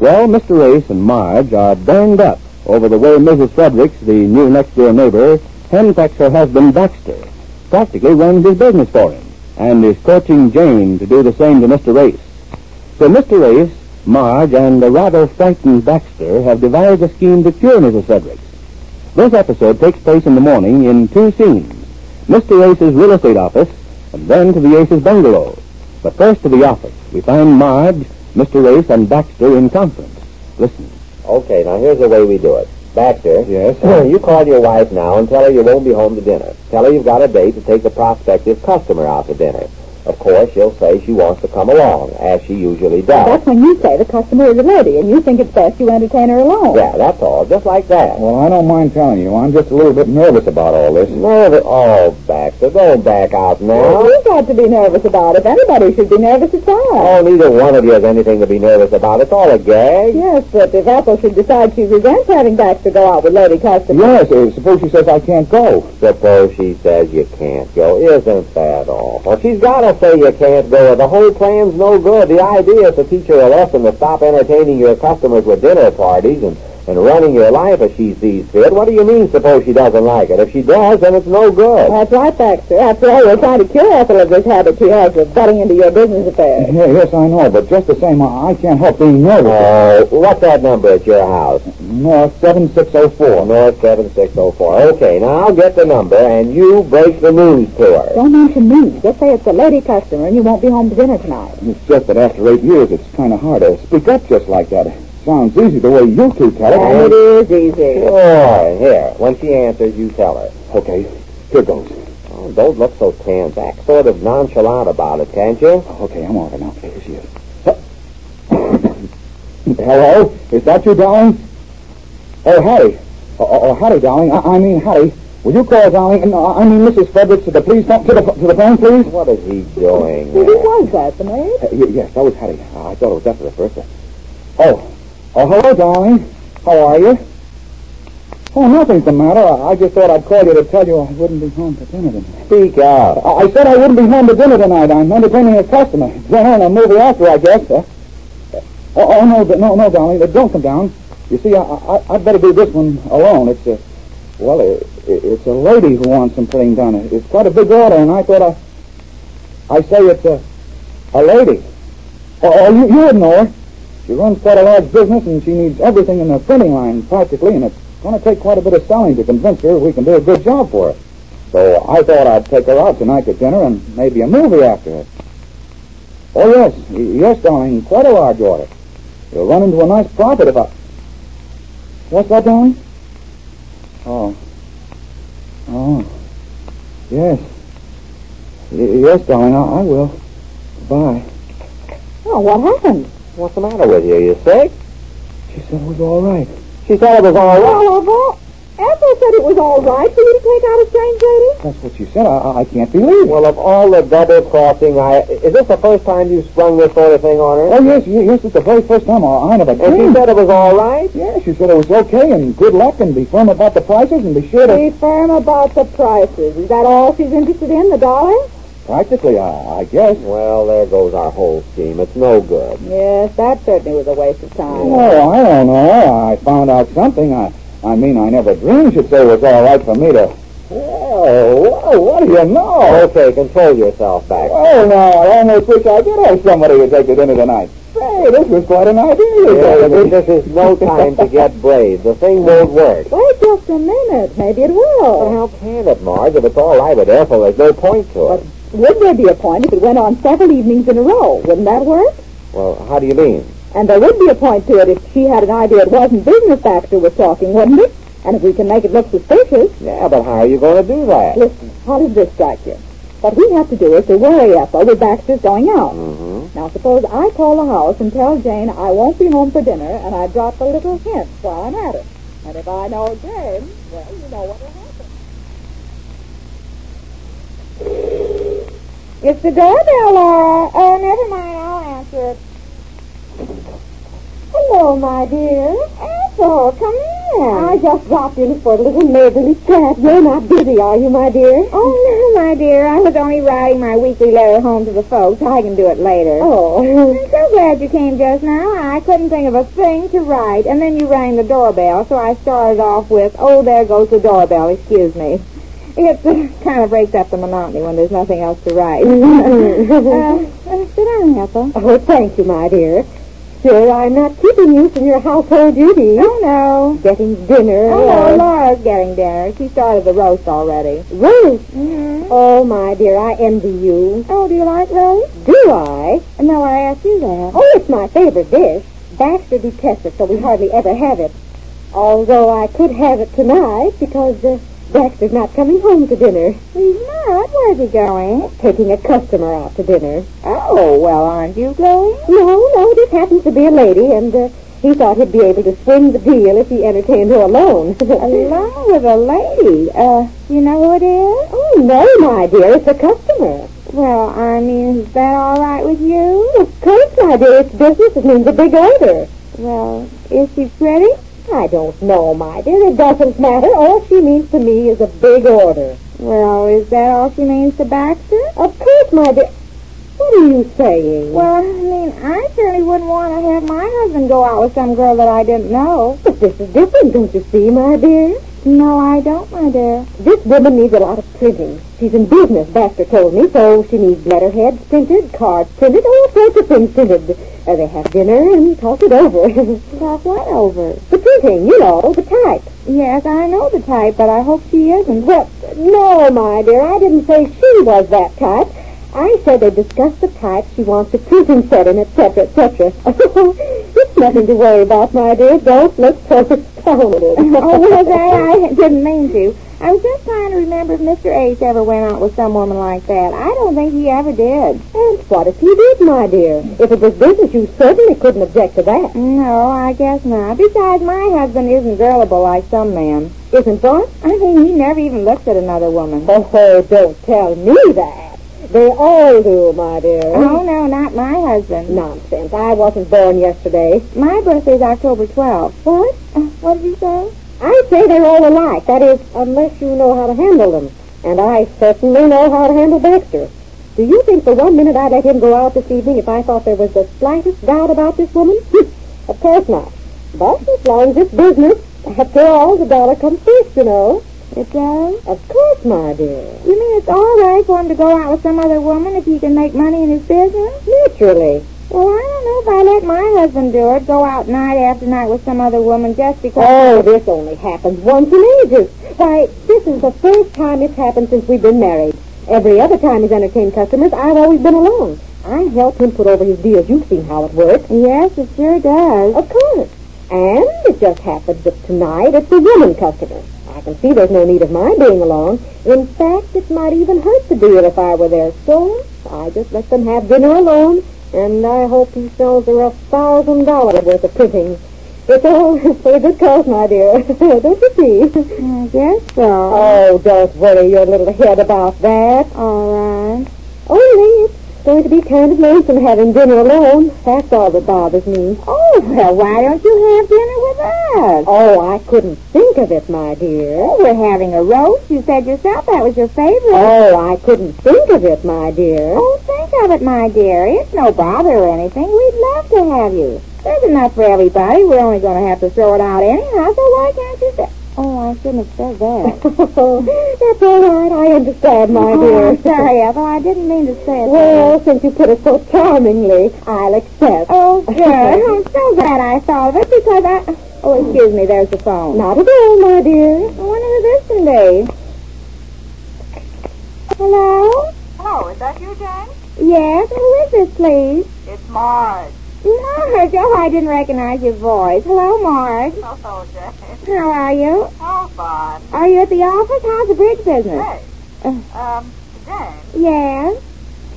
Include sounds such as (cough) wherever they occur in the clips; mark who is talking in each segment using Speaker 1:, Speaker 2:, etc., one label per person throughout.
Speaker 1: Well, Mr. Race and Marge are banged up over the way Mrs. Fredericks, the new next door neighbor, henpecks her husband Baxter, practically runs his business for him, and is coaching Jane to do the same to Mr. Race. So Mr. Race, Marge, and the rather frightened Baxter have devised a scheme to cure Mrs. Fredericks. This episode takes place in the morning in two scenes. Mr. Ace's real estate office, and then to the Ace's bungalow. But first to the office, we find Marge, Mr. Ace, and Baxter in conference. Listen.
Speaker 2: Okay, now here's the way we do it. Baxter.
Speaker 1: Yes?
Speaker 2: (clears throat) you call your wife now and tell her you won't be home to dinner. Tell her you've got a date to take the prospective customer out to dinner. Of course, she'll say she wants to come along, as she usually does.
Speaker 3: That's when you say the customer is a lady, and you think it's best you entertain her alone.
Speaker 2: Yeah, that's all. Just like that.
Speaker 1: Well, I don't mind telling you, I'm just a little bit nervous about all this.
Speaker 2: Nervous. Oh, Baxter, don't back out now.
Speaker 3: You've got to be nervous about it. Anybody should be nervous at all.
Speaker 2: Oh, neither one of you has anything to be nervous about. It's all a gag.
Speaker 3: Yes, but if Ethel should decide she resents having Baxter go out with lady customers.
Speaker 1: Yes, uh, suppose she says I can't go.
Speaker 2: Suppose she says you can't go. Isn't that awful? She's got to say you can't go. The whole plan's no good. The idea is to teach her a lesson to stop entertaining your customers with dinner parties and, and running your life as she sees fit. What do you mean, suppose she doesn't like it? If she does, then it's no good.
Speaker 3: That's right, Baxter. After all, you're trying to cure Ethel of this habit she has of butting into your business affairs.
Speaker 1: Eh, Yeah, yes, I know, but just the same, I, I can't help being nervous.
Speaker 2: Uh, what's that number at your house?
Speaker 1: North 7604.
Speaker 2: North 7604. Okay, now I'll get the number, and you break the news to her.
Speaker 3: Don't mention me. Just say it's a lady customer, and you won't be home to dinner tonight.
Speaker 1: It's just that after eight years, it's kind of hard to speak up just like that. Sounds easy the way you two tell it.
Speaker 3: And it is easy.
Speaker 2: Sure, here. When she answers, you tell her.
Speaker 1: Okay, here goes.
Speaker 2: Oh, don't look so tan back. Sort of nonchalant about it, can't you?
Speaker 1: Oh, Okay, I'm off now. Here she is. (laughs) Hello? Is that you, darling? Oh, Hattie. Oh, oh, oh, Hattie, darling. I, I mean, Hattie. Will you call, darling? No, I mean, Mrs. Fredericks, to the police. To the, to the phone, please.
Speaker 2: What is he doing?
Speaker 3: Who
Speaker 2: there?
Speaker 3: was that, the maid?
Speaker 1: Uh, y- yes, that was Hattie. Uh, I thought it was after the first. one. Oh, oh, hello, darling. How are you? Oh, nothing's the matter. I, I just thought I'd call you to tell you I wouldn't be home for dinner tonight.
Speaker 2: Speak uh, oh, out.
Speaker 1: I, I said I wouldn't be home for dinner tonight. I'm entertaining a customer. Dinner and a movie after, I guess. Uh, oh, oh, no, but- no, no, darling. uh, Don't come down. You see, I, I, I'd better do this one alone. It's a, well, it, it's a lady who wants some pudding done. It- It's quite a big order, and I thought I, I say it's a, a lady. Oh, oh, you, you wouldn't know her. She runs quite a large business, and she needs everything in the printing line, practically, and it's going to take quite a bit of selling to convince her we can do a good job for her. So I thought I'd take her out tonight to dinner and maybe a movie after it. Oh, yes. Y- Yes, darling. Quite a large order. You'll run into a nice profit if I... What's that, darling? Oh. Oh. Yes. Y- yes, darling, I, I will. Bye.
Speaker 3: Oh, what happened?
Speaker 2: What's the matter with you? You sick?
Speaker 1: She said it was all right.
Speaker 2: She said it was all right.
Speaker 3: Well, of all... Ethel said it was all right for you to take out a strange lady.
Speaker 1: That's what she said. I, I, I can't believe it.
Speaker 2: Well, of all the double crossing, I is this the first time you sprung this sort of thing on her?
Speaker 1: Oh, yes, ye- yes, it's the very first time I I never
Speaker 2: And she
Speaker 1: came.
Speaker 2: said it was all right.
Speaker 1: Yeah, she said it was okay and good luck and be firm about the prices and be sure to...
Speaker 3: Be firm about the prices. Is that all she's interested in, the dollar?
Speaker 1: Practically, I, I guess.
Speaker 2: Well, there goes our whole scheme. It's no good.
Speaker 3: Yes, that certainly was a waste of time.
Speaker 1: Oh, I don't know. I found out something. I, I mean, I never dreamed she'd say it was all right for me to... Whoa, whoa, what do you know?
Speaker 2: Okay, control yourself, back.
Speaker 1: Oh, now, I almost wish I did have somebody to take to dinner tonight. Say, this was quite an idea. you
Speaker 2: Yeah,
Speaker 1: gave me.
Speaker 2: but this is no time to get brave. The thing won't (laughs) work.
Speaker 3: Wait just a minute. Maybe it
Speaker 2: Well,
Speaker 3: will.
Speaker 2: how can it, Marge? If it's all right with Ethel, there's no point to it.
Speaker 3: Would there be a point if it went on several evenings in a row? Wouldn't that work?
Speaker 2: Well, how do you mean?
Speaker 3: And there would be a point to it if she had an idea it wasn't business Baxter was talking, wouldn't it? And if we can make it look suspicious,
Speaker 2: Yeah, but how are you going to do that?
Speaker 3: listen, how does this strike you? What we have to do is to worry Ethel with Baxter's going out.
Speaker 2: Mm-hmm.
Speaker 3: Now, suppose I call the house and tell Jane I won't be home for dinner, and I drop a little hint while I'm at it. And if I know Jane, well, you know what will happen. It's the doorbell, Laura. Oh, never mind. I'll answer it. Hello, my dear. Ethel, come
Speaker 4: time.
Speaker 3: I just dropped in for a little neighborly chat. You're not busy, are you, my dear?
Speaker 4: Oh, no, my dear. I was only writing my weekly letter home to the folks. I can do it later.
Speaker 3: Oh.
Speaker 4: (laughs) I'm so glad you came just now. I couldn't think of a thing to write. And then you rang the doorbell, so I started off with, oh, there goes the doorbell. Excuse me. It uh, (laughs) kind of breaks up the monotony when there's nothing else
Speaker 3: (laughs)
Speaker 4: to write. (laughs) uh, uh, sit down, Ethel.
Speaker 3: Oh, thank you, my dear. Sure, I'm not keeping you from your household duties.
Speaker 4: Oh, no.
Speaker 3: Getting dinner.
Speaker 4: Oh,
Speaker 3: and-
Speaker 4: no, Laura's getting dinner. She started the roast already.
Speaker 3: Ruth.
Speaker 4: Mm-hmm.
Speaker 3: Oh, my dear, I envy you.
Speaker 4: Oh, do you like roast?
Speaker 3: Do I?
Speaker 4: No, I asked you that.
Speaker 3: Oh, it's my favorite dish. Baxter detests it, so we hardly ever have it. Although I could have it tonight because uh, Baxter's not coming home to dinner,
Speaker 4: He's not. Where's he going?
Speaker 3: taking a customer out to dinner.
Speaker 4: Oh, well, aren't you going?
Speaker 3: No, no, this happens to be a lady, and uh, he thought he'd be able to swing the deal if he entertained her alone. (laughs)
Speaker 4: Along with a lady. Uh, you know who it is?
Speaker 3: Oh, no, my dear, it's a customer.
Speaker 4: Well, I mean, is that all right with you?
Speaker 3: Of course, my dear, it's business. It means a big order.
Speaker 4: Well, is she pretty?
Speaker 3: I don't know, my dear. It doesn't matter. All she means to me is a big order.
Speaker 4: Well, is that all she means to Baxter? Oh,
Speaker 3: Of course, my dear. What are you saying?
Speaker 4: Well, I mean, I certainly wouldn't want to have my husband go out with some girl that I didn't know.
Speaker 3: but this is different, don't you see, my dear?
Speaker 4: No, I don't, my dear.
Speaker 3: This woman needs a lot of printing. She's in business, Baxter told me, so she needs letterheads printed, cards printed, all sorts of things printed. Uh, they have dinner and talk it over. (laughs)
Speaker 4: Talk what over?
Speaker 3: the printing, you know, the type.
Speaker 4: Yes, I know the type, but I hope she isn't. (laughs)
Speaker 3: Well, no, my dear, I didn't say she was that type. I said they discussed the type she wants the prison set in, etc., (laughs) etc. it's nothing to worry about, my dear. Don't look so astounded.
Speaker 4: (laughs) oh, was I? I didn't mean to. I was just trying to remember if Mr. Ace ever went out with some woman like that. I don't think he ever did.
Speaker 3: And what if you did, my dear? If it was business, you certainly couldn't object to that.
Speaker 4: No, I guess not. Besides, my husband isn't girlable like some men.
Speaker 3: Isn't that?
Speaker 4: I mean, he never even looks at another woman.
Speaker 3: Oh, don't tell me that. They all do, my dear.
Speaker 4: Oh, no, not my husband.
Speaker 3: Nonsense. I wasn't born yesterday.
Speaker 4: My birthday's October 12th. What? Uh, what did you say?
Speaker 3: I say they're all alike. That is, unless you know how to handle them. And I certainly know how to handle Baxter. Do you think for one minute I'd let him go out this evening if I thought there was the slightest doubt about this woman? (laughs) of course not. But as long as it's business, after all, the dollar comes first, you know.
Speaker 4: It does?
Speaker 3: Of course, my dear.
Speaker 4: You mean it's all right for him to go out with some other woman if he can make money in his business?
Speaker 3: Naturally.
Speaker 4: Well, I don't know if I let my husband do it, go out night after night with some other woman just because.
Speaker 3: Oh, this only happens once in ages. Why, this is the first time it's happened since we've been married. Every other time he's entertained customers, I've always been along. I help him put over his deals. You've seen how it works.
Speaker 4: Yes, it sure does.
Speaker 3: Of course. And it just happens that tonight it's a woman customer. I can see there's no need of my being along. In fact, it might even hurt the deal if I were there. So I just let them have dinner alone, and I hope he sells her a thousand dollars worth of printings. It's all (laughs) for a good cause, my dear. (laughs) don't you see?
Speaker 4: I guess so.
Speaker 3: Oh, don't worry your little head about that.
Speaker 4: All right.
Speaker 3: Only it's going to be kind of lonesome having dinner alone. That's all that bothers me.
Speaker 4: Oh, well, why don't you have dinner with us?
Speaker 3: Oh, I couldn't think of it, my dear.
Speaker 4: Oh, we're having a roast. You said yourself that was your favorite.
Speaker 3: Oh, I couldn't think of it, my
Speaker 4: (laughs)
Speaker 3: dear.
Speaker 4: Oh, think of it, my dear. It's no bother or anything. We'd love to have you. There's enough for everybody. We're only going to have to throw it out anyhow, so why can't you say... Oh, I shouldn't have said (laughs) that.
Speaker 3: That's all right. I understand, my
Speaker 4: oh, I'm
Speaker 3: dear.
Speaker 4: sorry, Ethel. I didn't mean to say it.
Speaker 3: Well, since you put it so charmingly, I'll accept.
Speaker 4: Oh, good. I'm so glad I thought of it because I... Oh, excuse me. There's the phone.
Speaker 3: (laughs)
Speaker 4: Oh,
Speaker 3: Not at all, my dear.
Speaker 4: I wonder who this can be. Hello? Oh,
Speaker 5: Hello, is that you, Jane?
Speaker 4: Yes, who is this, please?
Speaker 5: It's Marge.
Speaker 4: Marge. Oh, I didn't recognize your voice. Hello, Marge.
Speaker 5: Hello, (laughs) Jane.
Speaker 4: How are you?
Speaker 5: How fun.
Speaker 4: Are you at the office? How's the bridge business?
Speaker 5: Hey, um, Jane,
Speaker 4: Yes.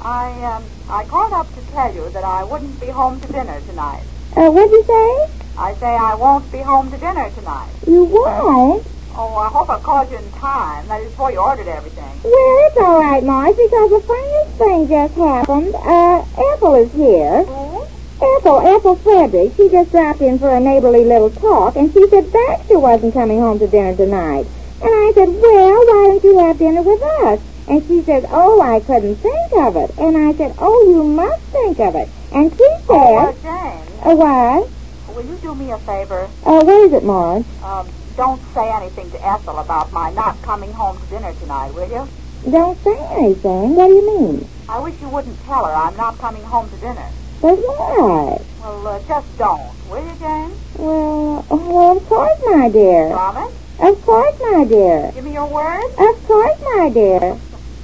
Speaker 5: I, um, I called up to tell you that I wouldn't be home to dinner tonight.
Speaker 4: Uh, what'd you say?
Speaker 5: I say I won't be home to dinner tonight.
Speaker 4: You won't?
Speaker 5: Oh, I hope I called you in time. That is before you ordered everything.
Speaker 4: Well, it's all right, Marge, because the funniest thing just happened. Uh, Ethel is here.
Speaker 5: Who?
Speaker 4: Ethel, Ethel Frederick, she just dropped in for a neighborly little talk, and she said Baxter wasn't coming home to dinner tonight. And I said, well, why don't you have dinner with us? And she said, oh, I couldn't think of it. And I said, oh, you must think of it. And she said,
Speaker 5: Oh, uh, Jane,
Speaker 4: uh, why?
Speaker 5: will you do me a favor?
Speaker 4: Uh, what is it, Marge?
Speaker 5: Um, don't say anything to Ethel about my not coming home to dinner tonight, will you?
Speaker 4: Don't say anything. What do you mean?
Speaker 5: I wish you wouldn't tell her I'm not coming home to dinner.
Speaker 4: But why?
Speaker 5: Well, uh, just don't, will you, Jane?
Speaker 4: Well, well, of course, my dear.
Speaker 5: Promise?
Speaker 4: Of course, my dear.
Speaker 5: Give me your word?
Speaker 4: Of course, my dear.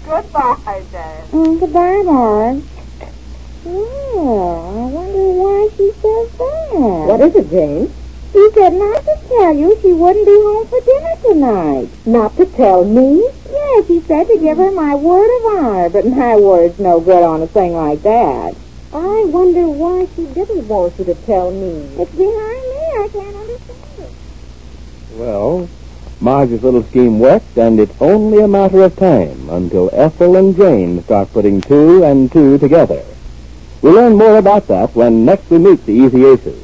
Speaker 5: Goodbye, Jane.
Speaker 4: Mm, goodbye, Marge. Well, I wonder why she says that.
Speaker 3: What is it, Jane?
Speaker 4: She said not to tell you she wouldn't be home for dinner tonight.
Speaker 3: Not to tell me?
Speaker 4: Yeah, she said to give her my word of honor, but my word's no good on a thing like that.
Speaker 3: I wonder why she didn't want you to tell me.
Speaker 4: It's behind me. I can't understand it.
Speaker 2: Well, Marge's little scheme worked, and it's only a matter of time until Ethel and Jane start putting two and two together. We'll learn more about that when next we meet the Easy Aces.